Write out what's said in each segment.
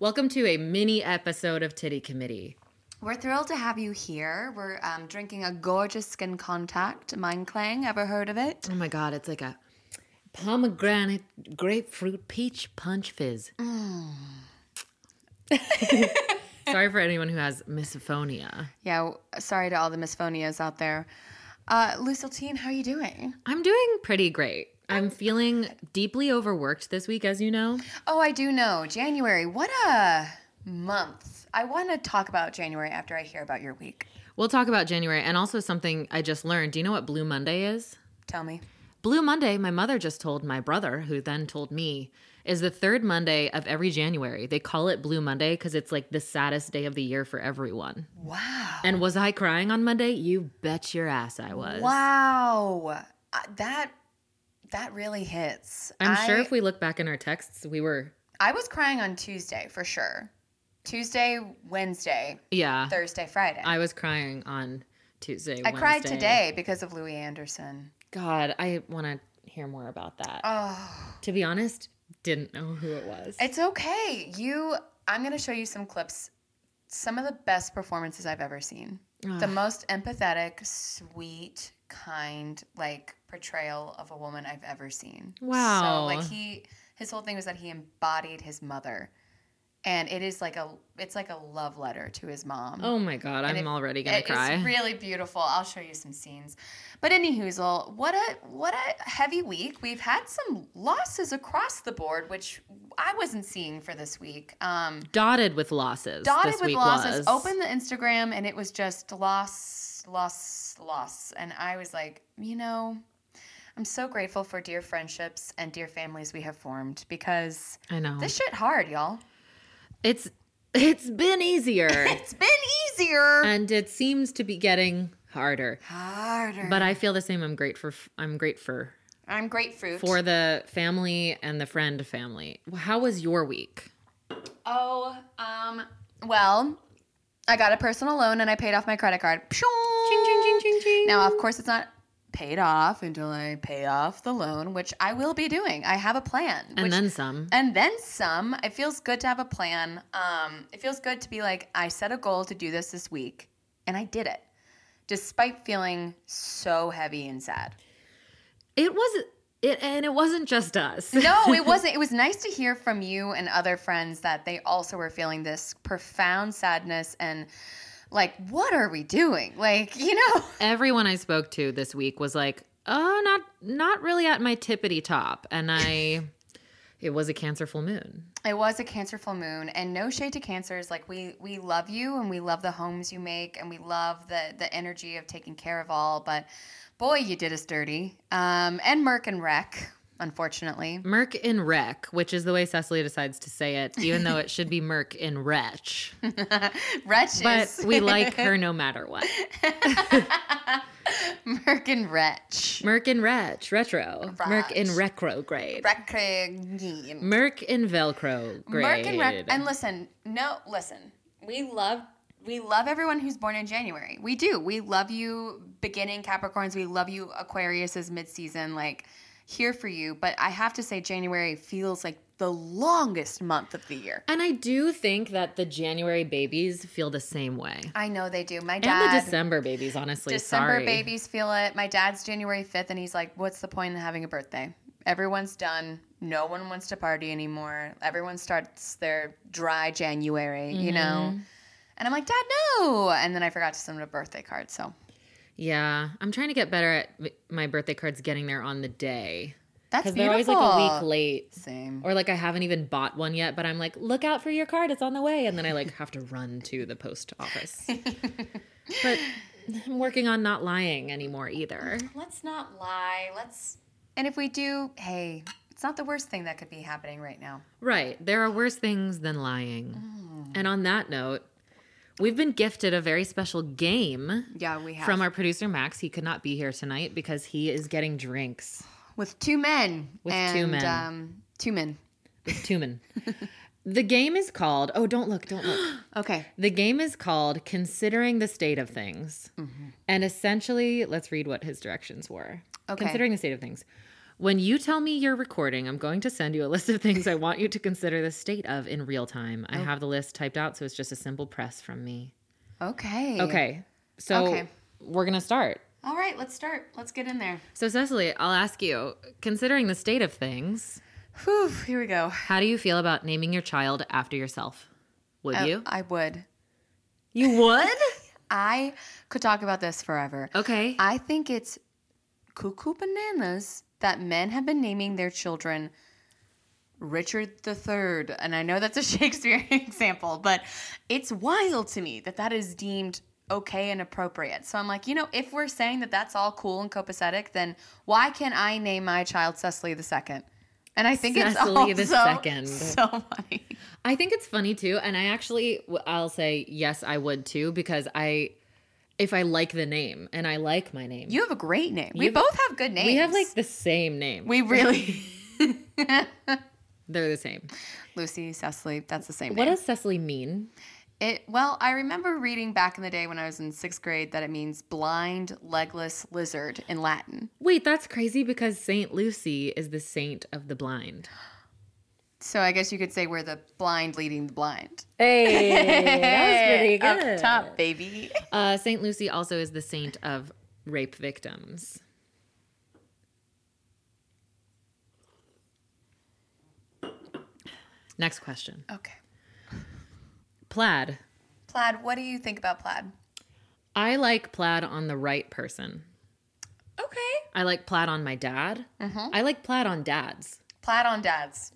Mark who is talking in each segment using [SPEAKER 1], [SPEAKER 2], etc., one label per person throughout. [SPEAKER 1] Welcome to a mini episode of Titty Committee.
[SPEAKER 2] We're thrilled to have you here. We're um, drinking a gorgeous skin contact, Mein Klang. Ever heard of it?
[SPEAKER 1] Oh my God, it's like a pomegranate, grapefruit, peach punch fizz. Mm. Sorry for anyone who has misophonia.
[SPEAKER 2] Yeah, w- sorry to all the misphonias out there. Uh, Lucille how are you doing?
[SPEAKER 1] I'm doing pretty great. I'm feeling deeply overworked this week, as you know.
[SPEAKER 2] Oh, I do know. January, what a month. I want to talk about January after I hear about your week.
[SPEAKER 1] We'll talk about January and also something I just learned. Do you know what Blue Monday is?
[SPEAKER 2] Tell me.
[SPEAKER 1] Blue Monday, my mother just told my brother, who then told me, is the third Monday of every January. They call it Blue Monday because it's like the saddest day of the year for everyone.
[SPEAKER 2] Wow.
[SPEAKER 1] And was I crying on Monday? You bet your ass I was.
[SPEAKER 2] Wow. Uh, that that really hits.
[SPEAKER 1] I'm sure
[SPEAKER 2] I-
[SPEAKER 1] if we look back in our texts, we were,
[SPEAKER 2] I was crying on Tuesday for sure. Tuesday, Wednesday,
[SPEAKER 1] yeah,
[SPEAKER 2] Thursday, Friday.
[SPEAKER 1] I was crying on Tuesday.
[SPEAKER 2] I cried
[SPEAKER 1] Wednesday.
[SPEAKER 2] today because of Louis Anderson.
[SPEAKER 1] God, I want to hear more about that.
[SPEAKER 2] Oh,
[SPEAKER 1] to be honest, didn't know who it was.
[SPEAKER 2] it's okay. You, I'm going to show you some clips. Some of the best performances I've ever seen. The
[SPEAKER 1] Ugh.
[SPEAKER 2] most empathetic, sweet, kind, like portrayal of a woman I've ever seen.
[SPEAKER 1] Wow.
[SPEAKER 2] So like he, his whole thing was that he embodied his mother, and it is like a, it's like a love letter to his mom.
[SPEAKER 1] oh my God, I'm
[SPEAKER 2] and it-
[SPEAKER 1] already
[SPEAKER 2] It
[SPEAKER 1] going
[SPEAKER 2] is
[SPEAKER 1] to cry.
[SPEAKER 2] really beautiful. I'll show you some scenes. But any whoozle, what a what a heavy week. We've had some losses across the board, which I wasn't seeing for this week. Um,
[SPEAKER 1] dotted with losses.
[SPEAKER 2] dotted
[SPEAKER 1] this
[SPEAKER 2] with
[SPEAKER 1] week Was.
[SPEAKER 2] losses. Open the Instagram, and it was just loss, loss, loss. And I was like, you know, I'm so grateful for dear friendships and dear families we have formed because
[SPEAKER 1] I know.
[SPEAKER 2] this shit hard, y'all.
[SPEAKER 1] It's it's been easier,
[SPEAKER 2] It's been easier.
[SPEAKER 1] and it seems to be getting harder.
[SPEAKER 2] Harder.
[SPEAKER 1] But I feel the same. I'm grateful. I'm grateful
[SPEAKER 2] I'm grapefruit.
[SPEAKER 1] for the family and the friend family. How was your week?
[SPEAKER 2] Oh, um, well, I got a personal loan and I paid off my credit card. Now, of course, it's not paid off until I pay off the loan, which I will be doing. I have a plan.
[SPEAKER 1] And
[SPEAKER 2] which,
[SPEAKER 1] then some.
[SPEAKER 2] and then some. It feels good to have a plan. Um, it feels good to be like, I set a goal to do this this week, and I did it, despite feeling so heavy and sad.
[SPEAKER 1] It was it, and it wasn't just us.
[SPEAKER 2] No, it wasn't. It was nice to hear from you and other friends that they also were feeling this profound sadness and like, what are we doing? Like, you know,
[SPEAKER 1] Everyone I spoke to this week was like, "Oh, not not really at my tippity top," and I. It was a cancer full moon.
[SPEAKER 2] it was a cancer full moon, and no shade to cancers. Like, we we love you, and we love the homes you make, and we love the the energy of taking care of all. But boy, you did us dirty. Um, and Merck and Wreck, unfortunately.
[SPEAKER 1] Merc in wreck, which is the way Cecily decides to say it, even though it should be Merc in wretch.
[SPEAKER 2] Wretches.
[SPEAKER 1] But we like her no matter what.
[SPEAKER 2] Merck and Wretch.
[SPEAKER 1] Merc in wretch, retro. Merc in retrograde.
[SPEAKER 2] Wreck.
[SPEAKER 1] Merc in Velcro grade.
[SPEAKER 2] Merc and Rec. And listen, no, listen. We love we love everyone who's born in January. We do. We love you beginning Capricorns. We love you Aquariuses midseason like here for you, but I have to say January feels like the longest month of the year.
[SPEAKER 1] And I do think that the January babies feel the same way.
[SPEAKER 2] I know they do. My
[SPEAKER 1] And the
[SPEAKER 2] dad
[SPEAKER 1] December babies, honestly.
[SPEAKER 2] December
[SPEAKER 1] sorry.
[SPEAKER 2] babies feel it. My dad's January 5th and he's like, "What's the point in having a birthday? Everyone's done. No one wants to party anymore. Everyone starts their dry January, you
[SPEAKER 1] Mm-hmm.
[SPEAKER 2] know." And I'm like, "Dad, no." And then I forgot to send him a birthday card, so
[SPEAKER 1] Yeah. I'm trying to get better at m- my birthday cards getting there on the day.
[SPEAKER 2] that's
[SPEAKER 1] Because
[SPEAKER 2] beautiful.
[SPEAKER 1] they're always like a week late.
[SPEAKER 2] Same.
[SPEAKER 1] Or like I haven't even bought one yet, but I'm like, look out for your card, it's on the way, and then I like have to run to the post office. but I'm working on not lying anymore either.
[SPEAKER 2] Let's not lie. Let's And if we do, hey, it's not the worst thing that could be happening right now.
[SPEAKER 1] Right, there are worse things than lying. And on that note, we've been gifted a very special game
[SPEAKER 2] Yeah, we have.
[SPEAKER 1] from our producer Max. He could not be here tonight because he is getting drinks
[SPEAKER 2] with two men.
[SPEAKER 1] With
[SPEAKER 2] and,
[SPEAKER 1] two men.
[SPEAKER 2] Um, two men.
[SPEAKER 1] with Tumen. the game is called. Oh, don't look! Don't look.
[SPEAKER 2] Okay.
[SPEAKER 1] The game is called Considering the State of Things. And essentially, let's read what his directions were.
[SPEAKER 2] Okay.
[SPEAKER 1] Considering the state of things. When you tell me you're recording, I'm going to send you a list of things I want you to consider the state of in real time. I have the list typed out, so it's just a simple press from me.
[SPEAKER 2] Okay.
[SPEAKER 1] Okay. So
[SPEAKER 2] Okay.
[SPEAKER 1] we're going to start.
[SPEAKER 2] All right, let's start. Let's get in there.
[SPEAKER 1] So, Cecily, I'll ask you considering the state of things,
[SPEAKER 2] Whew, here we go.
[SPEAKER 1] how do you feel about naming your child after yourself? Would
[SPEAKER 2] I-
[SPEAKER 1] you?
[SPEAKER 2] I would.
[SPEAKER 1] You would?
[SPEAKER 2] I could talk about this forever.
[SPEAKER 1] Okay.
[SPEAKER 2] I think it's cuckoo bananas that men have been naming their children Richard the Third, and I know that's a Shakespeare example, but it's wild to me that that is deemed okay and appropriate. So I'm like, you know, if we're saying that that's all cool and copacetic, then why can't I name my child Cecily the Second? And I think
[SPEAKER 1] Cecily the
[SPEAKER 2] it's also
[SPEAKER 1] Second.
[SPEAKER 2] so funny.
[SPEAKER 1] I think it's funny too, and I actually w- I'll say yes, I would too because I, if I like the name and I like my name,
[SPEAKER 2] You have a great name. we
[SPEAKER 1] You've-
[SPEAKER 2] both have good names.
[SPEAKER 1] we have like the same name.
[SPEAKER 2] we really
[SPEAKER 1] They're the same.
[SPEAKER 2] Lucy Cecily. That's the same.
[SPEAKER 1] What
[SPEAKER 2] name.
[SPEAKER 1] does Cecily mean?
[SPEAKER 2] It well, I remember reading back in the day when I was in sixth grade that it means blind, legless lizard in Latin.
[SPEAKER 1] Wait, that's crazy because Saint Lucy is the saint of the blind.
[SPEAKER 2] So I guess you could say we're the blind leading the blind.
[SPEAKER 1] Hey,
[SPEAKER 2] Up top, baby.
[SPEAKER 1] Uh, Saint Lucy also is the saint of rape victims. Next question.
[SPEAKER 2] Okay.
[SPEAKER 1] Plaid.
[SPEAKER 2] Plaid, what do you think about plaid?
[SPEAKER 1] I like plaid on the right person.
[SPEAKER 2] Okay.
[SPEAKER 1] I like plaid on my dad.
[SPEAKER 2] Mm-hmm.
[SPEAKER 1] I like plaid on dads.
[SPEAKER 2] Plaid on dads.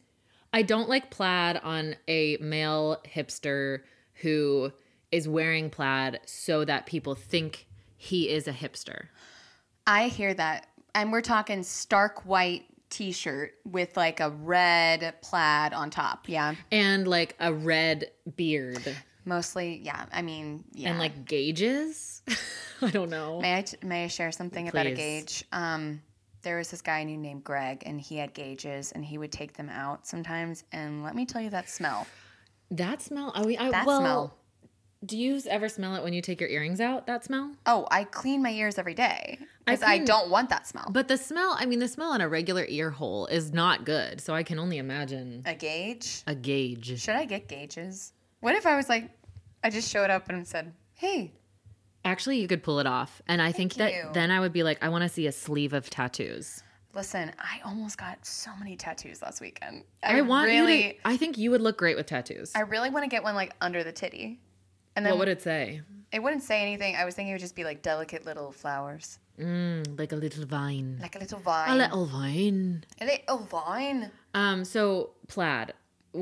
[SPEAKER 1] I don't like plaid on a male hipster who is wearing plaid so that people think he is a hipster.
[SPEAKER 2] I hear that. And we're talking stark white t shirt with like a red plaid on top. Yeah.
[SPEAKER 1] And like a red beard
[SPEAKER 2] Mostly, yeah. I mean, yeah.
[SPEAKER 1] and like gauges. I don't know.
[SPEAKER 2] May I, t- may I share something about a
[SPEAKER 1] Please.
[SPEAKER 2] gauge? Um, there was this guy I knew named Greg, and he had gauges, and he would take them out sometimes. And let me tell you that smell.
[SPEAKER 1] That smell. I, I,
[SPEAKER 2] That
[SPEAKER 1] well,
[SPEAKER 2] smell.
[SPEAKER 1] Do you ever smell it when you take your earrings out? That smell?
[SPEAKER 2] Oh, I clean my ears every day
[SPEAKER 1] I
[SPEAKER 2] because I,
[SPEAKER 1] clean-
[SPEAKER 2] don't want that smell.
[SPEAKER 1] But the smell, I mean, the smell in a regular ear hole is not good. So I can only imagine
[SPEAKER 2] a gauge?
[SPEAKER 1] a gauge.
[SPEAKER 2] Should I get gauges? What if I was like, I just showed up and said, "Hey,
[SPEAKER 1] Actually, you could pull it off. And I think that
[SPEAKER 2] Thank you.
[SPEAKER 1] then I would be like, I want to see a sleeve of tattoos.
[SPEAKER 2] listen, I almost got so many tattoos last weekend.
[SPEAKER 1] I, want
[SPEAKER 2] really,
[SPEAKER 1] you to, I think you would look great with tattoos.
[SPEAKER 2] I really want to get one like under the titty." And then
[SPEAKER 1] what would it say?
[SPEAKER 2] it wouldn't say anything. I was thinking it would just be like delicate little flowers,
[SPEAKER 1] Mm, like a little vine.
[SPEAKER 2] like a little vine.
[SPEAKER 1] a little vine.
[SPEAKER 2] Are they oh vine?
[SPEAKER 1] Um, so plaid,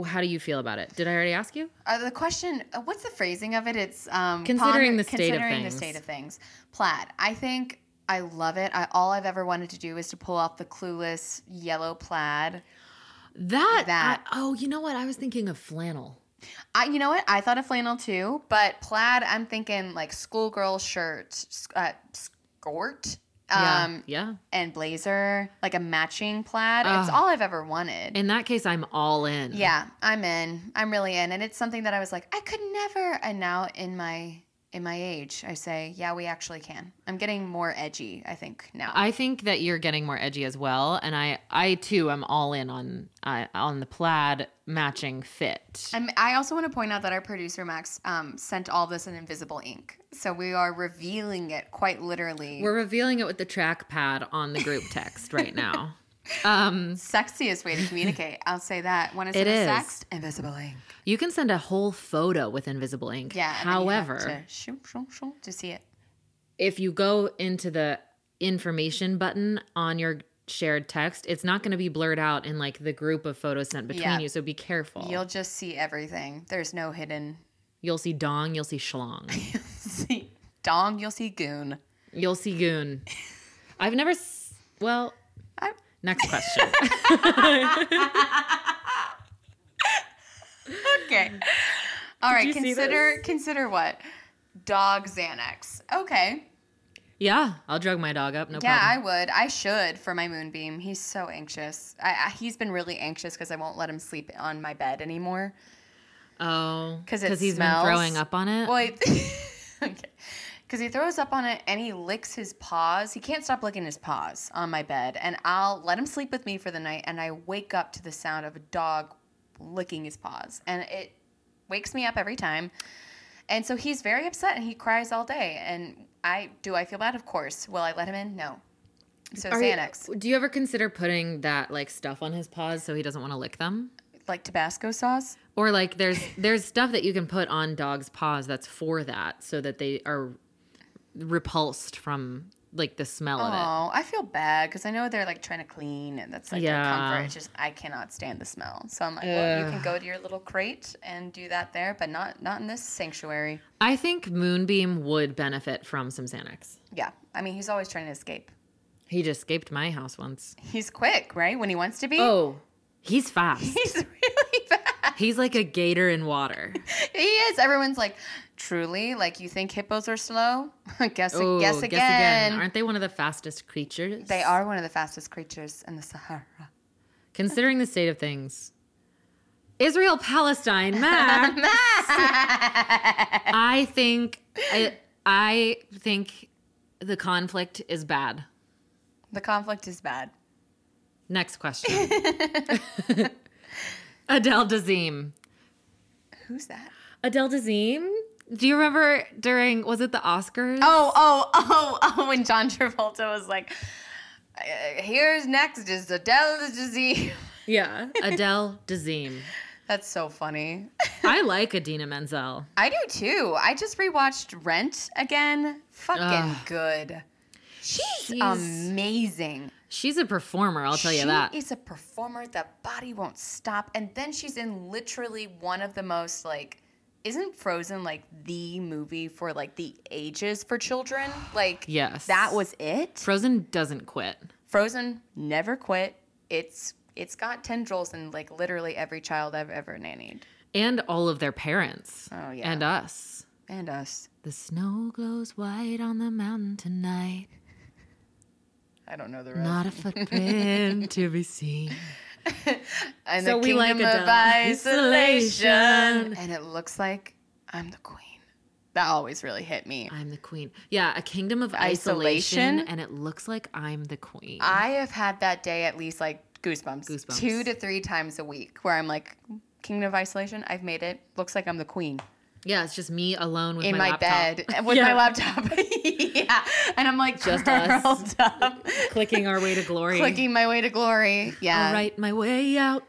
[SPEAKER 1] how do you feel about it? Did I already ask you?
[SPEAKER 2] Uh, the question, uh, what's the phrasing of it? It's um,
[SPEAKER 1] Considering the state of
[SPEAKER 2] considering
[SPEAKER 1] things.
[SPEAKER 2] the state of things. Plaid. I think I love it. I, all I've ever wanted to do is to pull off the clueless yellow plaid.
[SPEAKER 1] That,
[SPEAKER 2] That.
[SPEAKER 1] I- oh, you know what? I was thinking of flannel.
[SPEAKER 2] I, you know what? I thought of flannel too, but plaid. I'm thinking like schoolgirl shirt, s- uh, skirt, um,
[SPEAKER 1] yeah, yeah.
[SPEAKER 2] and blazer, like a matching plaid. It's
[SPEAKER 1] Ugh.
[SPEAKER 2] all I've ever wanted.
[SPEAKER 1] In that case, I'm all in.
[SPEAKER 2] Yeah, I'm in. I'm really in, and it's something that I was like, I could never. And now in my in my age, I say, yeah, we actually can. I'm getting more edgy, I think now.
[SPEAKER 1] I think that you're getting more edgy as well, and I, I too am all in on uh, on the plaid matching fit.
[SPEAKER 2] I'm, I also want to point out that our producer Max um, sent all this in invisible ink, so we are revealing it quite literally.
[SPEAKER 1] We're revealing it with the trackpad on the group text right now. Um,
[SPEAKER 2] Sexiest way to communicate, I'll say that. When it's
[SPEAKER 1] It
[SPEAKER 2] it
[SPEAKER 1] is.
[SPEAKER 2] is sexed, invisible ink.
[SPEAKER 1] you can send a whole photo with invisible ink.
[SPEAKER 2] Yeah. and then you have
[SPEAKER 1] However,
[SPEAKER 2] to, shoo, shoo, shoo, to see it.
[SPEAKER 1] if you go into the information button on your shared text, it's not going to be blurred out in like the group of photos sent between
[SPEAKER 2] Yeah.
[SPEAKER 1] you. So be careful.
[SPEAKER 2] You'll
[SPEAKER 1] You'll,
[SPEAKER 2] just see everything. There's no hidden.
[SPEAKER 1] see dong. You'll see schlong.
[SPEAKER 2] see dong. You'll see goon.
[SPEAKER 1] you'll see goon. I've never. S- well,
[SPEAKER 2] I-
[SPEAKER 1] next question.
[SPEAKER 2] Okay. All right.
[SPEAKER 1] Mm. you see
[SPEAKER 2] Consider consider what dog Xanax. Okay.
[SPEAKER 1] yeah, I'll drug my dog up. No
[SPEAKER 2] Yeah,
[SPEAKER 1] problem.
[SPEAKER 2] I would. I should for my moonbeam. He's so anxious. I, I, he's been really anxious because I won't let him sleep on my bed anymore.
[SPEAKER 1] oh,
[SPEAKER 2] 'Cause it
[SPEAKER 1] because Oh, he's
[SPEAKER 2] smells.
[SPEAKER 1] been throwing up on it.
[SPEAKER 2] Well, it- okay. Because he throws up on it and he licks his paws. He can't stop licking his paws on my bed. And I'll let him sleep with me for the night. And I wake up to the sound of a dog licking his paws. And it wakes me up every time. And so he's very upset and he cries all day. And I do I feel bad? Of course. Will I let him in? No. So
[SPEAKER 1] Are you-
[SPEAKER 2] Xanax,
[SPEAKER 1] do you ever consider putting that like stuff on his paws so he doesn't want to lick them?
[SPEAKER 2] like Tabasco sauce.
[SPEAKER 1] Or like there's there's stuff that you can put on dogs' paws that's for that so that they are repulsed from like the smell of
[SPEAKER 2] Oh, I feel bad because I know they're like trying to clean and that's like their
[SPEAKER 1] Yeah.
[SPEAKER 2] comfort. It's just I cannot stand the smell. So I'm like, well, you can
[SPEAKER 1] Ugh.
[SPEAKER 2] go to your little crate and do that there, but not not in this sanctuary.
[SPEAKER 1] it. I think Moonbeam would benefit from some Xanax.
[SPEAKER 2] Yeah, I mean he's always trying to escape.
[SPEAKER 1] He just escaped my house once.
[SPEAKER 2] He's quick, right? When he wants to be,
[SPEAKER 1] Oh, he's fast.
[SPEAKER 2] he's really fast.
[SPEAKER 1] he's like a gator in water.
[SPEAKER 2] He is. Everyone's like, truly, like you think hippos are slow? guess,
[SPEAKER 1] Oh,
[SPEAKER 2] guess again.
[SPEAKER 1] Aren't they one of the fastest creatures?
[SPEAKER 2] They are one of the fastest creatures in the Sahara.
[SPEAKER 1] Considering the state of things. Israel Palestine, Matt. I think I, I think the conflict is bad.
[SPEAKER 2] The conflict is bad.
[SPEAKER 1] Next question. Adele Dazeem.
[SPEAKER 2] Who's that?
[SPEAKER 1] Adele Dazeem? Do you remember during was it the Oscars?
[SPEAKER 2] Oh, oh, oh, oh, when John Travolta was like, uh, here's next is Adele's disease.
[SPEAKER 1] yeah. Adele Dazeem.
[SPEAKER 2] That's so funny.
[SPEAKER 1] I like Adina Menzel.
[SPEAKER 2] I do too. I just rewatched Rent again. Fucking
[SPEAKER 1] Ugh.
[SPEAKER 2] good. She's,
[SPEAKER 1] She's-
[SPEAKER 2] amazing.
[SPEAKER 1] She's a performer, I'll tell you that.
[SPEAKER 2] She is a performer. The body won't stop. And then she's in literally one of the most like isn't Frozen like the movie for like the ages for children? Like
[SPEAKER 1] Yes.
[SPEAKER 2] that was it.
[SPEAKER 1] Frozen doesn't quit.
[SPEAKER 2] Frozen never quit. It's it's got tendrils in like literally every child I've ever nannied.
[SPEAKER 1] And all of their parents.
[SPEAKER 2] Oh, yeah.
[SPEAKER 1] And us.
[SPEAKER 2] And us.
[SPEAKER 1] The snow glows white on the mountain tonight.
[SPEAKER 2] I don't know the rest.
[SPEAKER 1] Not a footprint to be seen.
[SPEAKER 2] and
[SPEAKER 1] So
[SPEAKER 2] the
[SPEAKER 1] we
[SPEAKER 2] kingdom
[SPEAKER 1] like
[SPEAKER 2] of
[SPEAKER 1] Adele.
[SPEAKER 2] isolation.
[SPEAKER 1] Isolation.
[SPEAKER 2] And it looks like I'm the queen. That always really hit me.
[SPEAKER 1] I'm the queen. Yeah, a kingdom of isolation,
[SPEAKER 2] Isolation.
[SPEAKER 1] and it looks like I'm the queen.
[SPEAKER 2] I have had that day at least like goosebumps,
[SPEAKER 1] Goosebumps.
[SPEAKER 2] two to three times a week where I'm like, Kingdom of Isolation, I've made it. Looks like I'm the queen
[SPEAKER 1] yeah, it's just me alone with
[SPEAKER 2] in
[SPEAKER 1] my,
[SPEAKER 2] my,
[SPEAKER 1] laptop.
[SPEAKER 2] bed with my
[SPEAKER 1] Yeah.
[SPEAKER 2] laptop. yeah. And I'm like,
[SPEAKER 1] Just
[SPEAKER 2] just
[SPEAKER 1] us.
[SPEAKER 2] curled up,
[SPEAKER 1] clicking our way to glory.
[SPEAKER 2] clicking my way to glory. Yeah.
[SPEAKER 1] I'll write my way out.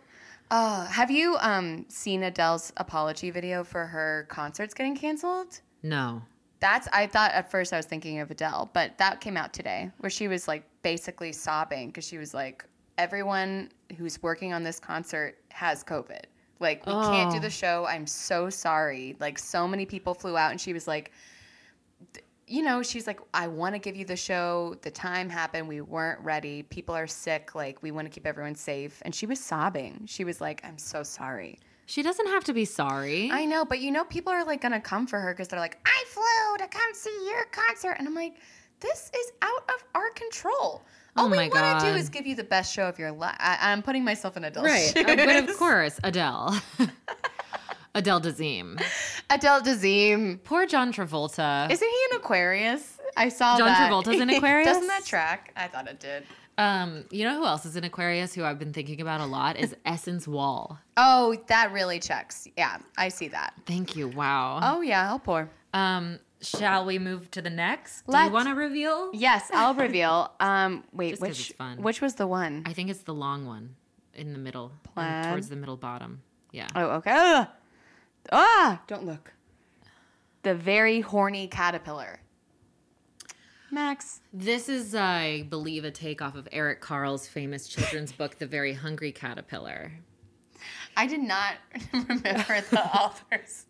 [SPEAKER 2] Oh, have you um, seen Adele's apology video for her concerts getting canceled?
[SPEAKER 1] No.
[SPEAKER 2] That's I thought at first I was thinking of Adele, but that came out today where she was like basically sobbing because she was like, "Everyone who's working on this concert has COVID. Like we can't do
[SPEAKER 1] Oh.
[SPEAKER 2] the show. I'm so sorry. Like so many people flew out, and she was like." th- You know, she's like, I want to give you the show. The time happened. We weren't ready. People are sick. Like, we want to keep everyone safe. And she was sobbing. She was like, I'm so sorry.
[SPEAKER 1] She doesn't have to be sorry.
[SPEAKER 2] I know, but you know, people are like gonna come for her because they're like, I flew to come see your concert. And I'm like, this is out of our control. All
[SPEAKER 1] Oh
[SPEAKER 2] we
[SPEAKER 1] my
[SPEAKER 2] wanna do
[SPEAKER 1] God.
[SPEAKER 2] is give you the best show of your life. I- I'm putting myself in Adele's
[SPEAKER 1] right.
[SPEAKER 2] shoes.
[SPEAKER 1] Uh, but of course, Adele. Adele Dazeem.
[SPEAKER 2] Adele Dazeem.
[SPEAKER 1] Poor John Travolta.
[SPEAKER 2] Isn't he an Aquarius? I saw
[SPEAKER 1] John
[SPEAKER 2] that.
[SPEAKER 1] Travolta's an Aquarius?
[SPEAKER 2] Doesn't that track? I thought it did.
[SPEAKER 1] Um, you know who else is an Aquarius who I've been thinking about a lot is Essence Wall.
[SPEAKER 2] Oh, that really checks. Yeah, I see that.
[SPEAKER 1] Thank you. Wow.
[SPEAKER 2] Oh yeah, I'll pour.
[SPEAKER 1] Um, shall we move to the next? Do
[SPEAKER 2] Let's-
[SPEAKER 1] you want to reveal?
[SPEAKER 2] Yes, I'll reveal. Um, wait,
[SPEAKER 1] Just 'cause
[SPEAKER 2] which
[SPEAKER 1] it's fun.
[SPEAKER 2] which was the one?
[SPEAKER 1] I think it's the long one in the middle, um,
[SPEAKER 2] Plaid.
[SPEAKER 1] towards the middle bottom. Yeah.
[SPEAKER 2] Oh, okay. Ugh. Ah, don't look. The very horny caterpillar. Max.
[SPEAKER 1] This is, I believe, a takeoff of Eric Carle's famous children's book, The Very Hungry Caterpillar.
[SPEAKER 2] I did not remember the author's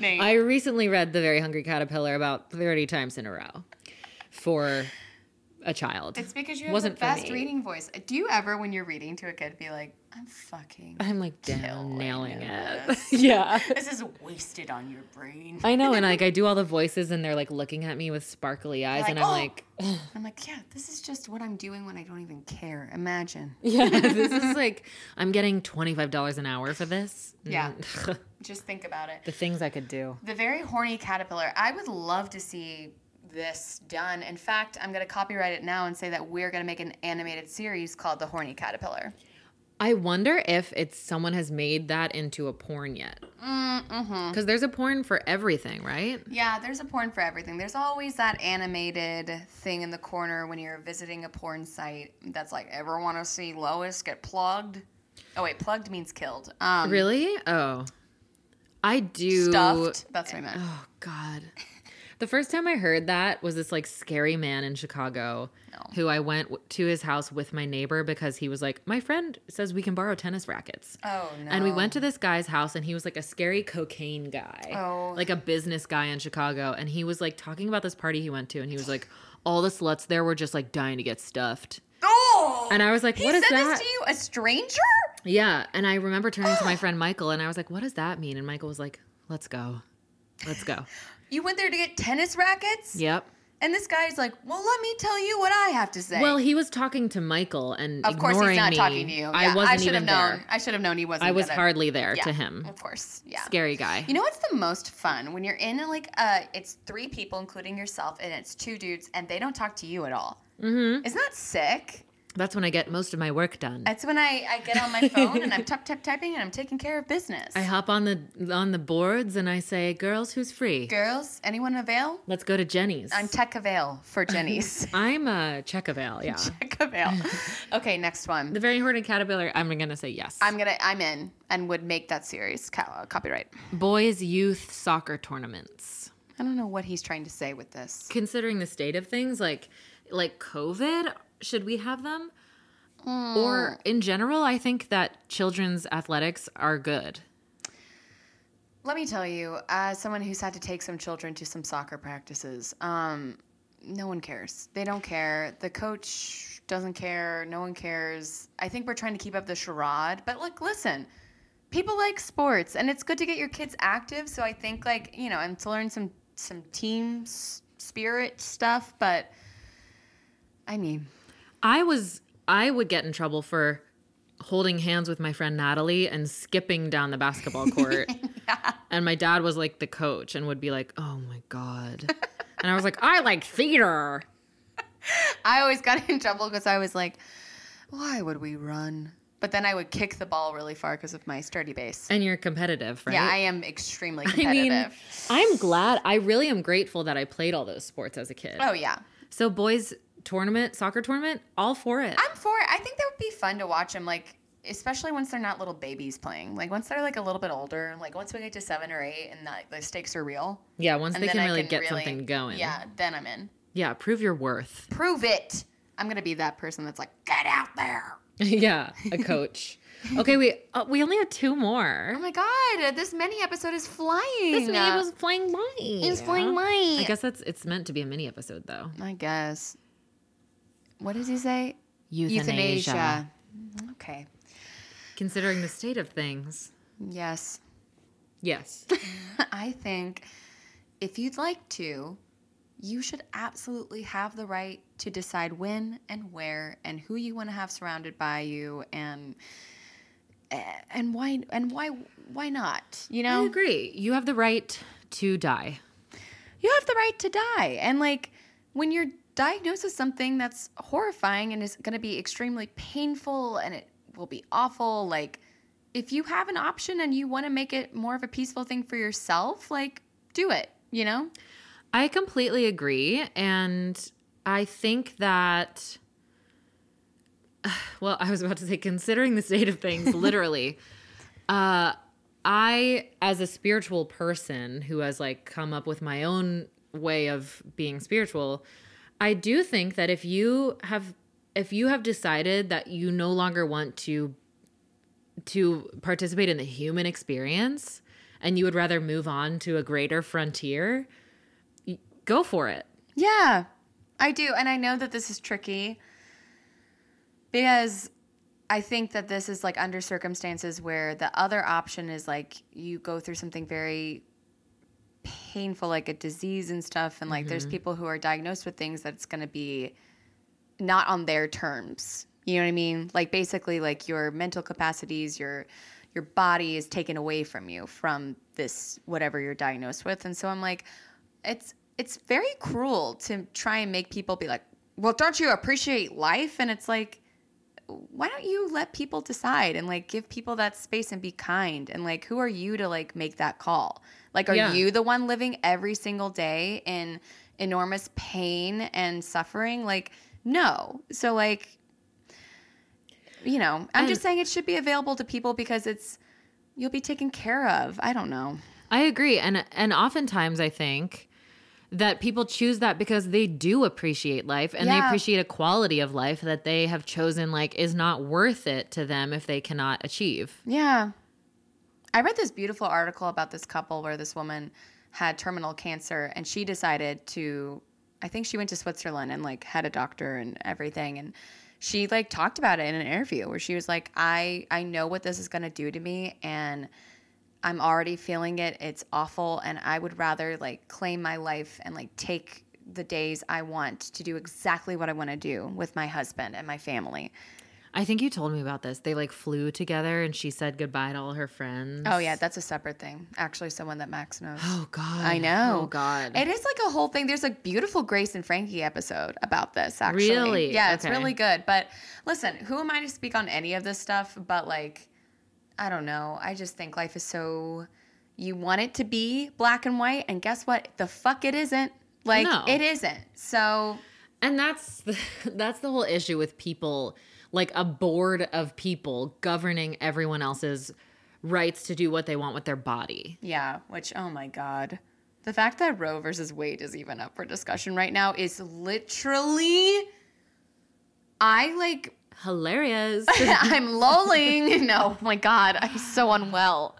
[SPEAKER 2] name.
[SPEAKER 1] I recently read The Very Hungry Caterpillar about 30 times in a row for a child.
[SPEAKER 2] It's because you have
[SPEAKER 1] Wasn't
[SPEAKER 2] the
[SPEAKER 1] for
[SPEAKER 2] best
[SPEAKER 1] me.
[SPEAKER 2] reading voice. Do you ever, when you're reading to a kid, be like, "I'm fucking,
[SPEAKER 1] I'm like
[SPEAKER 2] killing
[SPEAKER 1] down nailing it.
[SPEAKER 2] this.
[SPEAKER 1] yeah.
[SPEAKER 2] this is wasted on your brain."
[SPEAKER 1] I know, and like I do all the voices, and they're like looking at me with sparkly eyes,
[SPEAKER 2] like,
[SPEAKER 1] and I'm
[SPEAKER 2] "Oh."
[SPEAKER 1] like,
[SPEAKER 2] I'm like, "Yeah, this is just what I'm doing when I don't even care." Imagine
[SPEAKER 1] yeah, this is like I'm getting twenty five dollars an hour for this.
[SPEAKER 2] Yeah.
[SPEAKER 1] Mm,
[SPEAKER 2] Just think about it.
[SPEAKER 1] the things I could do.
[SPEAKER 2] The very horny caterpillar. I would love to see this done. In fact, I'm going to copyright it now and say that we're going to make an animated series called The Horny Caterpillar.
[SPEAKER 1] I wonder if it's someone has made that into a porn yet,
[SPEAKER 2] Mm-hmm.
[SPEAKER 1] because there's a porn for everything, right?
[SPEAKER 2] Yeah, there's a porn for everything. There's always that animated thing in the corner when you're visiting a porn site that's like, ever want to see Lois get plugged? Oh, wait, plugged means killed. Um,
[SPEAKER 1] Really? Oh, I do.
[SPEAKER 2] Stuffed. That's what I meant.
[SPEAKER 1] Oh God. The first time I heard that was this like scary man in Chicago
[SPEAKER 2] No.
[SPEAKER 1] who I went w- to his house with my neighbor because he was like, My friend says we can borrow tennis rackets.
[SPEAKER 2] Oh, no.
[SPEAKER 1] And we went to this guy's house and he was like a scary cocaine guy.
[SPEAKER 2] Oh.
[SPEAKER 1] Like a business guy in Chicago. And he was like talking about this party he went to and he was like, All the sluts there were just like dying to get stuffed.
[SPEAKER 2] Oh!
[SPEAKER 1] And I was like,
[SPEAKER 2] he
[SPEAKER 1] What is
[SPEAKER 2] said
[SPEAKER 1] that?
[SPEAKER 2] this to you? A stranger?
[SPEAKER 1] Yeah. And I remember turning to my friend Michael and I was like, What does that mean? And Michael was like, Let's go. Let's go.
[SPEAKER 2] You went there to get tennis rackets?
[SPEAKER 1] yep.
[SPEAKER 2] And this guy's like, well, let me tell you what I have to say.
[SPEAKER 1] Well, he was talking to Michael and
[SPEAKER 2] of course,
[SPEAKER 1] ignoring
[SPEAKER 2] he's not
[SPEAKER 1] me.
[SPEAKER 2] talking to you. Yeah,
[SPEAKER 1] I wasn't
[SPEAKER 2] should
[SPEAKER 1] even
[SPEAKER 2] have known.
[SPEAKER 1] there.
[SPEAKER 2] I should have known he wasn't.
[SPEAKER 1] I was
[SPEAKER 2] gonna-
[SPEAKER 1] hardly there
[SPEAKER 2] Yeah,
[SPEAKER 1] to him.
[SPEAKER 2] Of course, yeah.
[SPEAKER 1] Scary guy.
[SPEAKER 2] You know what's the most fun when you're in like uh it's three people including yourself and it's two dudes and they don't talk to you at all. Mm-hmm. Isn't that sick?
[SPEAKER 1] That's when I get most of my work done.
[SPEAKER 2] That's when I, I get on my phone and I'm tap tap typing and I'm taking care of business.
[SPEAKER 1] I hop on the on the boards and I say, "Girls, who's free?
[SPEAKER 2] Girls, anyone avail?
[SPEAKER 1] Let's go to Jenny's."
[SPEAKER 2] I'm tech avail for Jenny's.
[SPEAKER 1] I'm a check avail. Yeah.
[SPEAKER 2] tech avail. Okay, next one.
[SPEAKER 1] The very horny caterpillar. I'm gonna say yes.
[SPEAKER 2] I'm gonna I'm in and would make that series co- uh, copyright.
[SPEAKER 1] Boys' youth soccer tournaments.
[SPEAKER 2] I don't know what he's trying to say with this.
[SPEAKER 1] Considering the state of things, like like COVID, should we have them?
[SPEAKER 2] Hmm.
[SPEAKER 1] Or in general, I think that children's athletics are good.
[SPEAKER 2] Let me tell you, as someone who's had to take some children to some soccer practices, um, no one cares. They don't care. The coach doesn't care. No one cares. I think we're trying to keep up the charade, but like, listen, people like sports, and it's good to get your kids active. So I think, like, you know, and to learn some some team s- spirit stuff. But I mean,
[SPEAKER 1] I was I would get in trouble for holding hands with my friend Natalie and skipping down the basketball court. And my dad was like the coach and would be like, "Oh my god." and I was like, "I like theater."
[SPEAKER 2] I always got in trouble because I was like, why would we run? But then I would kick the ball really far because of my sturdy base.
[SPEAKER 1] And you're competitive, right?
[SPEAKER 2] Yeah, I am extremely
[SPEAKER 1] I
[SPEAKER 2] competitive.
[SPEAKER 1] mean, I'm glad. I really am grateful that I played all those sports as a kid.
[SPEAKER 2] oh yeah,
[SPEAKER 1] So boys tournament, soccer tournament, all for it.
[SPEAKER 2] I'm for it. I think that would be fun to watch them, like especially once they're not little babies playing. Like once they're like a little bit older, like once we get to seven or eight, and like the stakes are real.
[SPEAKER 1] yeah, once
[SPEAKER 2] And
[SPEAKER 1] they
[SPEAKER 2] then
[SPEAKER 1] can
[SPEAKER 2] I
[SPEAKER 1] really
[SPEAKER 2] can
[SPEAKER 1] get something going.
[SPEAKER 2] Yeah, then I'm in.
[SPEAKER 1] Yeah, prove your worth.
[SPEAKER 2] Prove it. I'm gonna be that person that's like, get out there.
[SPEAKER 1] yeah, a coach. okay, we uh, we only had two more.
[SPEAKER 2] Oh my god, this mini episode is flying.
[SPEAKER 1] This mini was flying by.
[SPEAKER 2] is flying by.
[SPEAKER 1] I guess that's it's meant to be a mini episode though.
[SPEAKER 2] I guess. What does he say? Euthanasia. Mm-hmm. Okay.
[SPEAKER 1] Considering the state of things.
[SPEAKER 2] Yes.
[SPEAKER 1] Yes.
[SPEAKER 2] I think if you'd like to, you should absolutely have the right to decide when and where and who you want to have surrounded by you and eh, and why and why why not? You
[SPEAKER 1] I
[SPEAKER 2] know?
[SPEAKER 1] agree. You have the right to die.
[SPEAKER 2] You have the right to die. And like when you're diagnosed with something that's horrifying and is going to be extremely painful and it will be awful, like if you have an option and you want to make it more of a peaceful thing for yourself, like do it, you know?
[SPEAKER 1] I completely agree and I think that well, I was about to say considering the state of things literally. uh I as a spiritual person who has like come up with my own way of being spiritual, I do think that if you have if you have decided that you no longer want to to participate in the human experience and you would rather move on to a greater frontier, y- go for it.
[SPEAKER 2] Yeah. I do, and I know that this is tricky because I think that this is like under circumstances where the other option is like you go through something very painful, like a disease and stuff, and like there's people who are diagnosed with things that's going to be not on their terms. You know what I mean? Like basically, like your mental capacities, your your body is taken away from you from this whatever you're diagnosed with, and so I'm like, it's it's very cruel to try and make people be like, well, don't you appreciate life? And it's like, why don't you let people decide and like give people that space and be kind and like who are you to like make that call like are
[SPEAKER 1] Yeah.
[SPEAKER 2] you the one living every single day in enormous pain and suffering like no so like you know i'm just saying it should be available to people because it's you'll be taken care of i don't know
[SPEAKER 1] I agree, and and oftentimes I think that people choose that because they do appreciate life and they
[SPEAKER 2] Yeah.
[SPEAKER 1] appreciate a quality of life that they have chosen like is not worth it to them if they cannot achieve.
[SPEAKER 2] Yeah. I read this beautiful article about this couple where this woman had terminal cancer and she decided to I think she went to Switzerland and like had a doctor and everything and she like talked about it in an interview where she was like I I know what this is going to do to me and I'm already feeling it. It's awful and I would rather like claim my life and like take the days I want to do exactly what I want to do with my husband and my family.
[SPEAKER 1] I think you told me about this. They like flew together and she said goodbye to all her friends.
[SPEAKER 2] Oh yeah, that's a separate thing. Actually someone that Max knows.
[SPEAKER 1] Oh god.
[SPEAKER 2] I know.
[SPEAKER 1] Oh god.
[SPEAKER 2] It is like a whole thing. There's a beautiful Grace and Frankie episode about this, actually.
[SPEAKER 1] Really?
[SPEAKER 2] Yeah, it's
[SPEAKER 1] Okay.
[SPEAKER 2] really good. But listen, who am I to speak on any of this stuff? But like, I don't know. I just think life is so. You want it to be black and white, and guess what? The fuck it isn't. Like,
[SPEAKER 1] No.
[SPEAKER 2] it isn't. So,
[SPEAKER 1] and that's the, that's the whole issue with people like a board of people governing everyone else's rights to do what they want with their body.
[SPEAKER 2] yeah, which, oh my God. The fact that Roe versus Wade is even up for discussion right now is literally. I like
[SPEAKER 1] Hilarious.
[SPEAKER 2] I'm lolling. No, my God, I'm so unwell.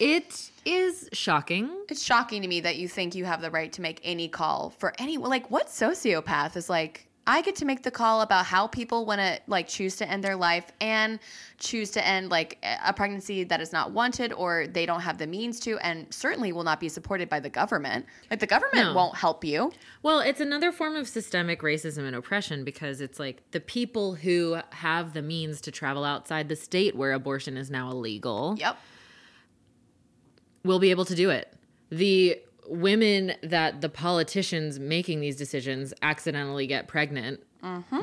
[SPEAKER 1] it is shocking.
[SPEAKER 2] It's shocking to me that you think you have the right to make any call for any. Like, what sociopath is like? I get to make the call about how people want to like choose to end their life and choose to end like a pregnancy that is not wanted or they don't have the means to, and certainly will not be supported by the government. Like, the government
[SPEAKER 1] No.
[SPEAKER 2] won't help you.
[SPEAKER 1] Well, it's another form of systemic racism and oppression because it's like the people who have the means to travel outside the state where abortion is now illegal
[SPEAKER 2] Yep.
[SPEAKER 1] will be able to do it. The women that the politicians making these decisions accidentally get pregnant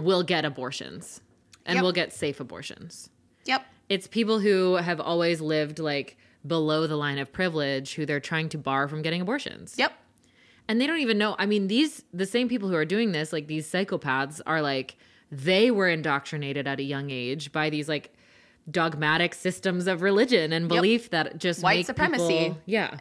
[SPEAKER 1] will get abortions and
[SPEAKER 2] Yep.
[SPEAKER 1] will get safe abortions.
[SPEAKER 2] Yep.
[SPEAKER 1] It's people who have always lived like below the line of privilege who they're trying to bar from getting abortions.
[SPEAKER 2] Yep.
[SPEAKER 1] and they don't even know i mean these the same people who are doing this like these psychopaths are like they were indoctrinated at a young age by these like dogmatic systems of religion and belief that just
[SPEAKER 2] White
[SPEAKER 1] make
[SPEAKER 2] supremacy.
[SPEAKER 1] people- yeah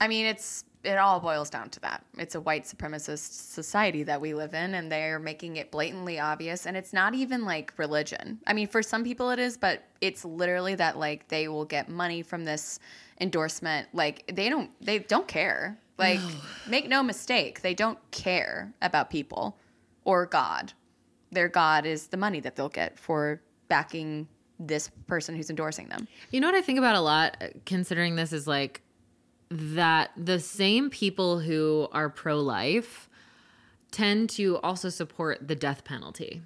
[SPEAKER 2] I mean, it's it all boils down to that. It's a white supremacist society that we live in, and they're making it blatantly obvious. And it's not even like religion. I mean, for some people it is, but it's literally that like they will get money from this endorsement. Like they don't they don't care. Like make no mistake, they don't care about people or God. Their God is the money that they'll get for backing this person who's endorsing them.
[SPEAKER 1] you know what i think about a lot uh, considering this is like that the same people who are pro-life tend to also support the death penalty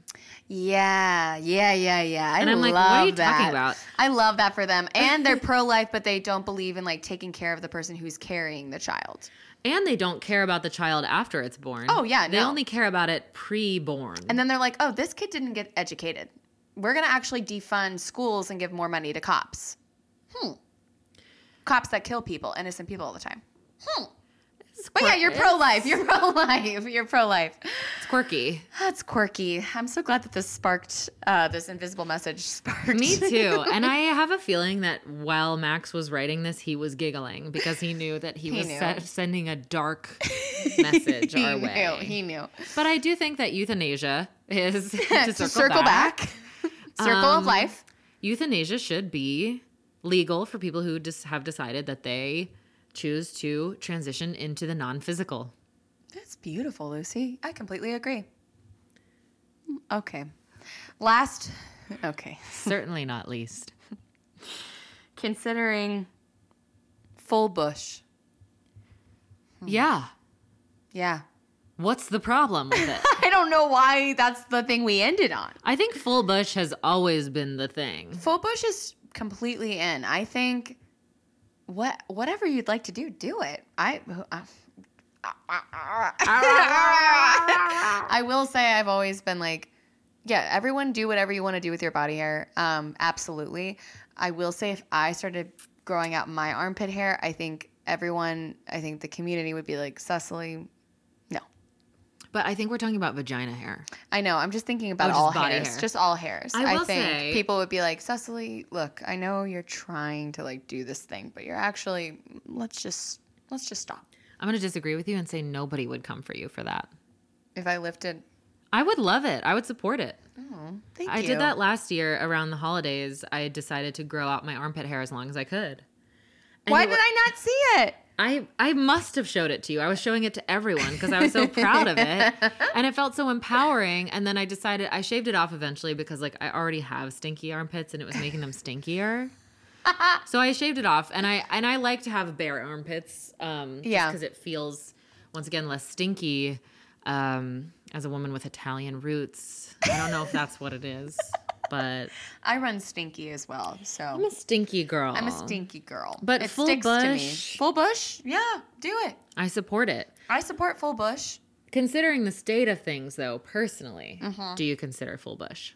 [SPEAKER 2] Yeah, yeah, yeah, yeah. I
[SPEAKER 1] And I'm
[SPEAKER 2] love
[SPEAKER 1] like, what are you
[SPEAKER 2] that.
[SPEAKER 1] talking about?
[SPEAKER 2] I love that for them. And they're pro life, but they don't believe in like taking care of the person who's carrying the child.
[SPEAKER 1] and they don't care about the child after it's born
[SPEAKER 2] Oh, yeah,
[SPEAKER 1] they
[SPEAKER 2] no.
[SPEAKER 1] only care about it pre-born
[SPEAKER 2] And then they're like, oh, this kid didn't get educated. We're going to actually defund schools and give more money to cops. Hmm. Cops that kill people, innocent people all the time. Hmm. But yeah, you're pro life. You're pro life. You're pro life.
[SPEAKER 1] it's quirky
[SPEAKER 2] That's quirky. I'm so glad that this sparked, uh, this invisible message sparked.
[SPEAKER 1] Me too. And I have a feeling that while Max was writing this, he was giggling because he knew that he, was
[SPEAKER 2] knew.
[SPEAKER 1] se- sending a dark message
[SPEAKER 2] he
[SPEAKER 1] our
[SPEAKER 2] knew.
[SPEAKER 1] way.
[SPEAKER 2] He knew.
[SPEAKER 1] but I do think that euthanasia is to circle,
[SPEAKER 2] to circle back, circle
[SPEAKER 1] Um,
[SPEAKER 2] of life.
[SPEAKER 1] Euthanasia should be legal for people who just have decided that they choose to transition into the non-physical.
[SPEAKER 2] That's beautiful, Lucy. I completely agree. Okay. Last, okay.
[SPEAKER 1] Certainly not least.
[SPEAKER 2] Considering full bush. Hmm.
[SPEAKER 1] Yeah.
[SPEAKER 2] Yeah.
[SPEAKER 1] What's the problem with it?
[SPEAKER 2] I don't know why that's the thing we ended on.
[SPEAKER 1] I think full bush has always been the thing.
[SPEAKER 2] Full bush is completely in. I think what whatever you'd like to do, do it. I I, I will say I've always been like, yeah, everyone do whatever you want to do with your body hair. Um, absolutely. I will say if I started growing out my armpit hair, I think everyone, I think the community would be like, Cecily, no.
[SPEAKER 1] But I think we're talking about vagina hair.
[SPEAKER 2] I know. I'm just thinking about
[SPEAKER 1] Oh, just
[SPEAKER 2] all
[SPEAKER 1] body
[SPEAKER 2] hairs,
[SPEAKER 1] hair.
[SPEAKER 2] just all hairs.
[SPEAKER 1] I will
[SPEAKER 2] think
[SPEAKER 1] say-
[SPEAKER 2] people would be like, Cecily, look, I know you're trying to like do this thing, but you're actually let's just let's just stop.
[SPEAKER 1] I'm going to disagree with you and say nobody would come for you for that.
[SPEAKER 2] If I lifted,
[SPEAKER 1] I would love it. I would support it.
[SPEAKER 2] oh, thank
[SPEAKER 1] I
[SPEAKER 2] you.
[SPEAKER 1] did that last year around the holidays. I decided to grow out my armpit hair as long as I could. And
[SPEAKER 2] Why
[SPEAKER 1] it
[SPEAKER 2] did I not see it?
[SPEAKER 1] I I must have showed it to you. I was showing it to everyone because I was so proud of it, and it felt so empowering. And then I decided I shaved it off eventually because like I already have stinky armpits, and it was making them stinkier. so I shaved it off, and I and I like to have bare armpits, um,
[SPEAKER 2] Yeah.
[SPEAKER 1] because it feels once again less stinky. Um, as a woman with Italian roots, I don't know if that's what it is, but
[SPEAKER 2] I run stinky as well, so
[SPEAKER 1] I'm a stinky girl.
[SPEAKER 2] I'm a stinky girl.
[SPEAKER 1] But
[SPEAKER 2] it
[SPEAKER 1] full
[SPEAKER 2] sticks to me.
[SPEAKER 1] bush-
[SPEAKER 2] Full bush, yeah, do it.
[SPEAKER 1] I support it.
[SPEAKER 2] I support full bush.
[SPEAKER 1] Considering the state of things, though, personally,
[SPEAKER 2] Mm-hmm.
[SPEAKER 1] do you consider full bush?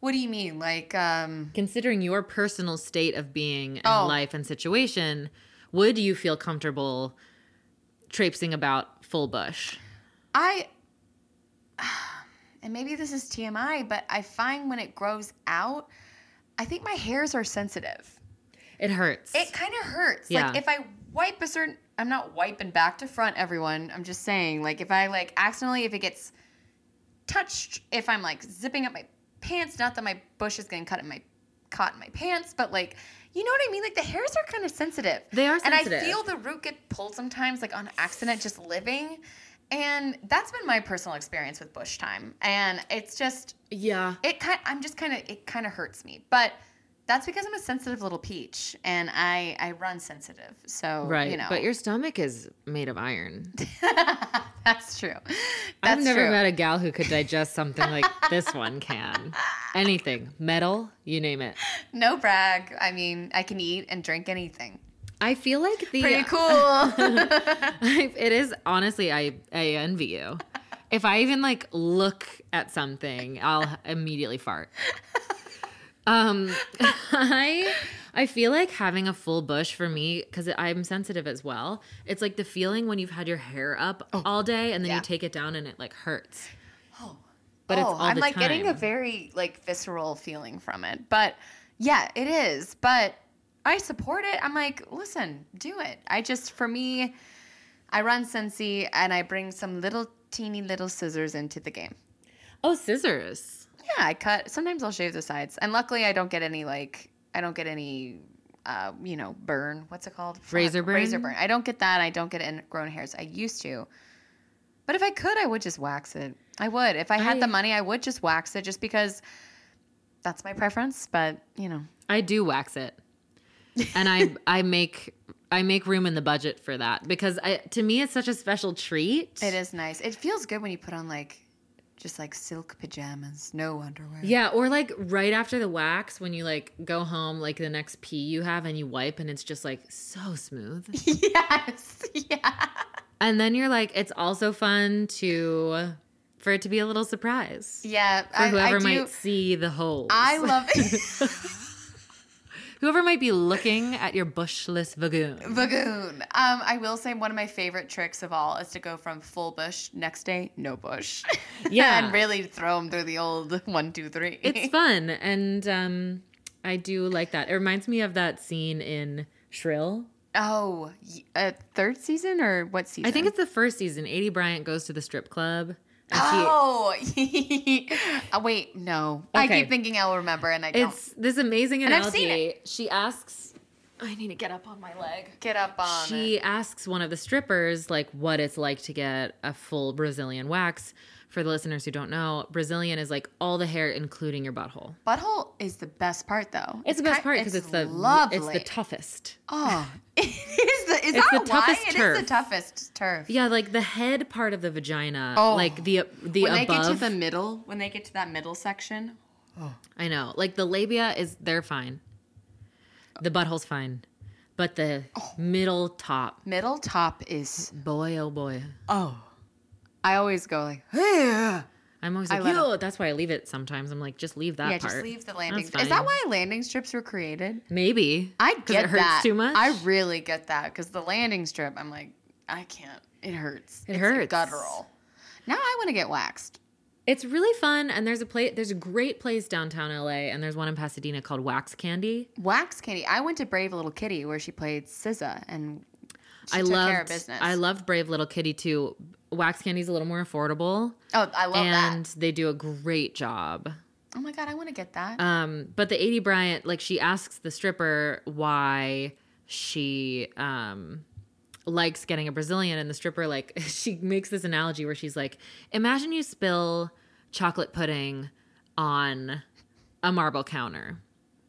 [SPEAKER 2] What do you mean, like um?
[SPEAKER 1] Considering your personal state of being and
[SPEAKER 2] Oh.
[SPEAKER 1] life and situation, would you feel comfortable traipsing about full bush?
[SPEAKER 2] I and maybe this is TMI, but I find when it grows out, I think my hairs are sensitive.
[SPEAKER 1] It hurts.
[SPEAKER 2] It kind of hurts. Like
[SPEAKER 1] Yeah.
[SPEAKER 2] if I wipe a certain I'm not wiping back to front everyone. I'm just saying like if I like accidentally if it gets touched, if I'm like zipping up my pants, not that my bush is getting cut in my caught in my pants, but like you know what I mean? Like the hairs are kind of sensitive.
[SPEAKER 1] They are sensitive.
[SPEAKER 2] And I feel the root get pulled sometimes, like on accident, just living. And that's been my personal experience with bush time. And it's just
[SPEAKER 1] yeah.
[SPEAKER 2] it kind I'm just kind of it kind of hurts me, but that's because I'm a sensitive little peach and I I run sensitive. So
[SPEAKER 1] Right.
[SPEAKER 2] you know
[SPEAKER 1] But your stomach is made of iron.
[SPEAKER 2] that's true. That's
[SPEAKER 1] I've never
[SPEAKER 2] true.
[SPEAKER 1] met a gal who could digest something like this one can. Anything, metal, you name it.
[SPEAKER 2] No brag. I mean, I can eat and drink anything.
[SPEAKER 1] I feel like the
[SPEAKER 2] Pretty cool.
[SPEAKER 1] I- it is honestly I I envy you. If I even like look at something, I'll immediately fart. Um I I feel like having a full bush for me cuz I'm sensitive as well. It's like the feeling when you've had your hair up all day and then
[SPEAKER 2] Oh, Yeah.
[SPEAKER 1] you take it down and it like hurts.
[SPEAKER 2] oh,
[SPEAKER 1] But it's
[SPEAKER 2] Oh,
[SPEAKER 1] all
[SPEAKER 2] I'm
[SPEAKER 1] the
[SPEAKER 2] like getting a
[SPEAKER 1] time.
[SPEAKER 2] very like visceral feeling from it. But yeah, it is. But I support it. I'm like, listen, do it. I just for me, I run Sensi and I bring some little teeny little scissors into the game.
[SPEAKER 1] Oh, scissors.
[SPEAKER 2] Yeah, I cut. Sometimes I'll shave the sides, and luckily I don't get any like I don't get any, uh, you know, burn. What's it called?
[SPEAKER 1] Razor
[SPEAKER 2] Fuck, Razor
[SPEAKER 1] burn?
[SPEAKER 2] burn. I don't get that. I don't get ingrown hairs. I used to, but if I could, I would just wax it. I would. If I had
[SPEAKER 1] I-
[SPEAKER 2] the money, I would just wax it, just because that's my preference. But you know,
[SPEAKER 1] I do wax it. And I I make I make room in the budget for that because I to me it's such a special treat.
[SPEAKER 2] it is nice. It feels good when you put on like, just like silk pajamas, no underwear.
[SPEAKER 1] Yeah, or like right after the wax when you like go home, like the next pee you have and you wipe and it's just like so smooth.
[SPEAKER 2] yes. Yeah.
[SPEAKER 1] and then you're like, it's also fun to for it to be a little surprise.
[SPEAKER 2] Yeah.
[SPEAKER 1] For whoever
[SPEAKER 2] I do,
[SPEAKER 1] might see the holes.
[SPEAKER 2] I love it.
[SPEAKER 1] whoever might be looking at your bushless vagoon.
[SPEAKER 2] Vagoon. Um, I will say one of my favorite tricks of all is to go from full bush next day, no bush.
[SPEAKER 1] Yeah.
[SPEAKER 2] and really throw them through the old one, two, three.
[SPEAKER 1] It's fun. And um I do like that. It reminds me of that scene in Shrill.
[SPEAKER 2] oh, y- uh, third season or what season?
[SPEAKER 1] I think it's the first season. 80 Bryant goes to the strip club. And she
[SPEAKER 2] Oh, Uh, wait, no. I
[SPEAKER 1] Okay.
[SPEAKER 2] keep thinking I'll remember and I don't.
[SPEAKER 1] It's this amazing
[SPEAKER 2] And I've
[SPEAKER 1] analogy.
[SPEAKER 2] seen
[SPEAKER 1] She asks
[SPEAKER 3] I need to get up on my leg.
[SPEAKER 2] Get up on
[SPEAKER 1] she
[SPEAKER 2] it.
[SPEAKER 1] asks one of the strippers like what it's like to get a full Brazilian wax. For the listeners who don't know, Brazilian is like all the hair, including your butthole.
[SPEAKER 2] Butthole is the best part though.
[SPEAKER 1] It's, the best
[SPEAKER 2] ki-
[SPEAKER 1] part because it's, the
[SPEAKER 2] lovely.
[SPEAKER 1] it's the toughest.
[SPEAKER 2] Oh, it is the. Is
[SPEAKER 1] It's
[SPEAKER 2] that
[SPEAKER 1] the
[SPEAKER 2] why
[SPEAKER 1] toughest
[SPEAKER 2] it is
[SPEAKER 1] turf.
[SPEAKER 2] the toughest turf?
[SPEAKER 1] Yeah, like the head part of the vagina,
[SPEAKER 2] Oh.
[SPEAKER 1] like the the
[SPEAKER 2] When they get to
[SPEAKER 1] above.
[SPEAKER 2] the middle, when they get to that middle section,
[SPEAKER 1] I know, like the labia is they're fine. The butthole's fine, but the
[SPEAKER 2] Oh.
[SPEAKER 1] middle top,
[SPEAKER 2] middle top is.
[SPEAKER 1] boy oh boy.
[SPEAKER 2] Oh, I always go like. Yeah,
[SPEAKER 1] I'm always
[SPEAKER 2] I
[SPEAKER 1] like,
[SPEAKER 2] let 'em-
[SPEAKER 1] yo, that's why I leave it sometimes. I'm like, just leave that
[SPEAKER 2] yeah.
[SPEAKER 1] part.
[SPEAKER 2] Just leave the landing.
[SPEAKER 1] That's
[SPEAKER 2] Is that
[SPEAKER 1] fine.
[SPEAKER 2] why landing strips were created?
[SPEAKER 1] Maybe.
[SPEAKER 2] I
[SPEAKER 1] 'Cause
[SPEAKER 2] get
[SPEAKER 1] it hurts
[SPEAKER 2] that.
[SPEAKER 1] too much.
[SPEAKER 2] I really get that because the landing strip, I'm like, I can't. It hurts.
[SPEAKER 1] It
[SPEAKER 2] It's
[SPEAKER 1] hurts.
[SPEAKER 2] Guttural. Now I want to get waxed.
[SPEAKER 1] It's really fun, and there's a place. There's a great place downtown LA, and there's one in Pasadena called Wax Candy.
[SPEAKER 2] Wax candy. I went to Brave Little Kitty where she played SZA and she
[SPEAKER 1] I
[SPEAKER 2] took
[SPEAKER 1] love.
[SPEAKER 2] care of business.
[SPEAKER 1] I loved Brave Little Kitty too. Wax Candy's a little more affordable,
[SPEAKER 2] oh, I love
[SPEAKER 1] and
[SPEAKER 2] that.
[SPEAKER 1] they do a great job.
[SPEAKER 2] Oh my god, I want to get that.
[SPEAKER 1] Um, but the 80 Bryant, like she asks the stripper why she um likes getting a Brazilian, and the stripper like she makes this analogy where she's like, imagine you spill chocolate pudding on a marble counter.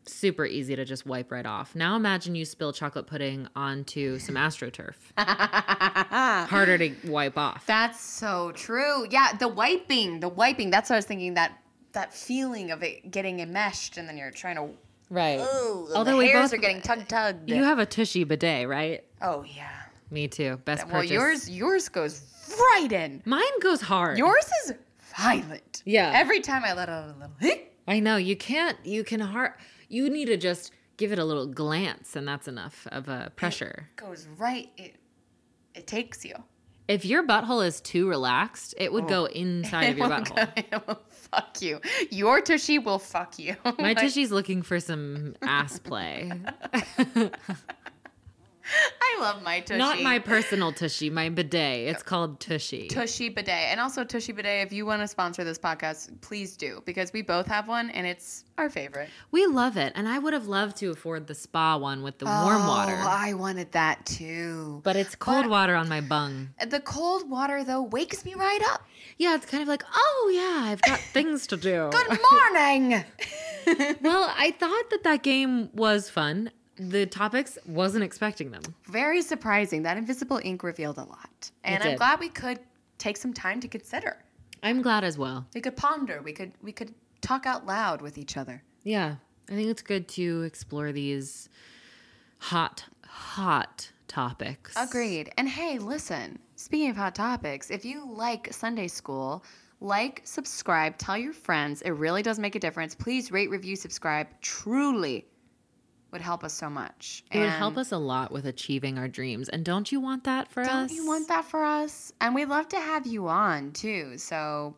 [SPEAKER 1] Super easy to just wipe right off. Now imagine you spill chocolate pudding onto some astroturf. Harder to wipe off.
[SPEAKER 2] That's so true. Yeah, the wiping, the wiping. That's what I was thinking. That that feeling of it getting enmeshed and then you're trying to.
[SPEAKER 1] right.
[SPEAKER 2] Oh,
[SPEAKER 1] Although
[SPEAKER 2] the
[SPEAKER 1] we
[SPEAKER 2] hairs
[SPEAKER 1] both-
[SPEAKER 2] are getting tug tugged.
[SPEAKER 1] You have a tushy bidet, right?
[SPEAKER 2] oh yeah.
[SPEAKER 1] Me too. Best
[SPEAKER 2] Well,
[SPEAKER 1] purchase.
[SPEAKER 2] yours yours goes right in.
[SPEAKER 1] Mine goes hard.
[SPEAKER 2] Yours is violent.
[SPEAKER 1] Yeah.
[SPEAKER 2] Every time I let out a little. "Hey,"
[SPEAKER 1] I know you can't. You can hard. You need to just give it a little glance, and that's enough of a pressure.
[SPEAKER 2] Goes right. It it takes you.
[SPEAKER 1] If your butthole is too relaxed, it would go inside of your butthole.
[SPEAKER 2] It will fuck you. Your tushy will fuck you.
[SPEAKER 1] My
[SPEAKER 2] Like,
[SPEAKER 1] tushy's looking for some ass play.
[SPEAKER 2] I love my tushy.
[SPEAKER 1] Not my personal tushy, my bidet. It's called tushy.
[SPEAKER 2] tushy bidet, and also tushy bidet. If you want to sponsor this podcast, please do because we both have one, and it's our favorite.
[SPEAKER 1] We love it, and I would have loved to afford the spa one with the warm water,
[SPEAKER 2] Oh, I wanted that too.
[SPEAKER 1] but it's cold water on my bung.
[SPEAKER 2] the cold water though wakes me right up.
[SPEAKER 1] Yeah, it's kind of like, oh yeah, I've got things to do.
[SPEAKER 2] Good morning.
[SPEAKER 1] Well, I thought that that game was fun. The topics wasn't expecting them.
[SPEAKER 2] Very surprising. That invisible ink revealed a lot, and I'm
[SPEAKER 1] did.
[SPEAKER 2] glad we could take some time to consider.
[SPEAKER 1] I'm glad as well.
[SPEAKER 2] We could ponder. We could we could talk out loud with each other.
[SPEAKER 1] Yeah, I think it's good to explore these hot, hot topics.
[SPEAKER 2] Agreed. And hey, listen, speaking of hot topics, if you like Sunday school, like, subscribe, tell your friends. It really does make a difference. Please rate, review, subscribe. Truly would help us so much.
[SPEAKER 1] It would help us a lot with achieving our dreams. And don't you want that for
[SPEAKER 2] Don't
[SPEAKER 1] us?
[SPEAKER 2] you want that for us? And we'd love to have you on too. So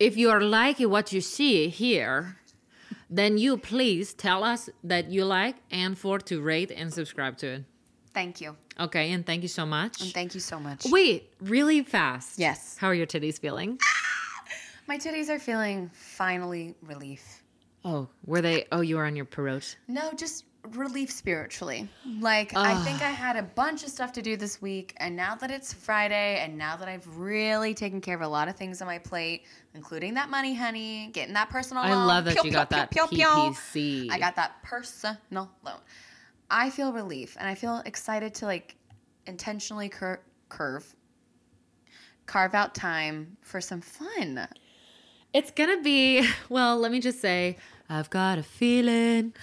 [SPEAKER 1] If you are liking what you see here, then you please tell us that you like and for to rate and subscribe to it.
[SPEAKER 2] thank you.
[SPEAKER 1] Okay, and thank you so much.
[SPEAKER 2] And thank you so much.
[SPEAKER 1] Wait, really fast.
[SPEAKER 2] Yes.
[SPEAKER 1] How are your titties feeling?
[SPEAKER 2] My titties are feeling finally relief.
[SPEAKER 1] Oh, were they? Oh, you were on your perote.
[SPEAKER 2] No, just relief spiritually. Like, I
[SPEAKER 1] Ah.
[SPEAKER 2] think I had a bunch of stuff to do this week, and now that it's Friday, and now that I've really taken care of a lot of things on my plate, including that money, honey, getting that personal
[SPEAKER 1] I
[SPEAKER 2] loan.
[SPEAKER 1] love that
[SPEAKER 2] Oh, pew,
[SPEAKER 1] you
[SPEAKER 2] pew,
[SPEAKER 1] got
[SPEAKER 2] pew,
[SPEAKER 1] that
[SPEAKER 2] pew, pew.
[SPEAKER 1] PPC.
[SPEAKER 2] I got that personal loan. I feel relief, and I feel excited to like intentionally cur- curve, carve out time for some fun.
[SPEAKER 1] It's gonna be, well, let me just say, I've got a feeling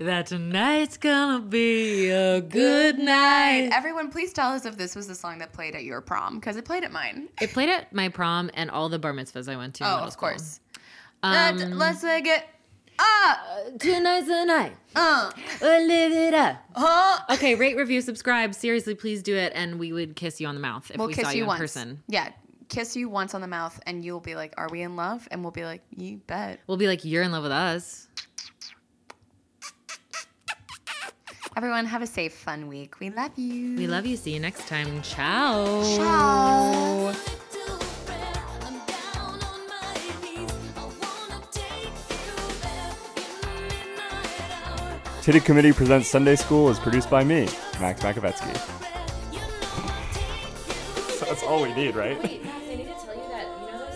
[SPEAKER 1] that tonight's gonna be a good night.
[SPEAKER 2] Everyone, please tell us if this was the song that played at your prom because it played at mine.
[SPEAKER 1] It played at my prom and all the bar mitzvahs I went to. in
[SPEAKER 2] Oh,
[SPEAKER 1] middle
[SPEAKER 2] of
[SPEAKER 1] school.
[SPEAKER 2] course. Let's-
[SPEAKER 1] Um,
[SPEAKER 2] let's uh, make it up.
[SPEAKER 1] Tonight's the night.
[SPEAKER 2] Uh,
[SPEAKER 1] We'll live it up.
[SPEAKER 2] huh.
[SPEAKER 1] Okay, rate, review, subscribe. Seriously, please do it, and we would kiss you on the mouth if
[SPEAKER 2] We'll
[SPEAKER 1] we
[SPEAKER 2] kiss
[SPEAKER 1] saw
[SPEAKER 2] you
[SPEAKER 1] you in
[SPEAKER 2] once.
[SPEAKER 1] person.
[SPEAKER 2] Yeah, kiss you once on the mouth, and you'll be like, "Are we in love?" And we'll be like, "You bet."
[SPEAKER 1] We'll be like, you're in love with us.
[SPEAKER 2] Everyone, have a safe, fun week. We love you.
[SPEAKER 1] We love you. See you next time. Ciao.
[SPEAKER 2] Ciao.
[SPEAKER 3] I'm down on my knees. I wanna take you there. You Hidden Committee Presents Sunday School is produced by me, Max Makovetsky. That's all we need, right?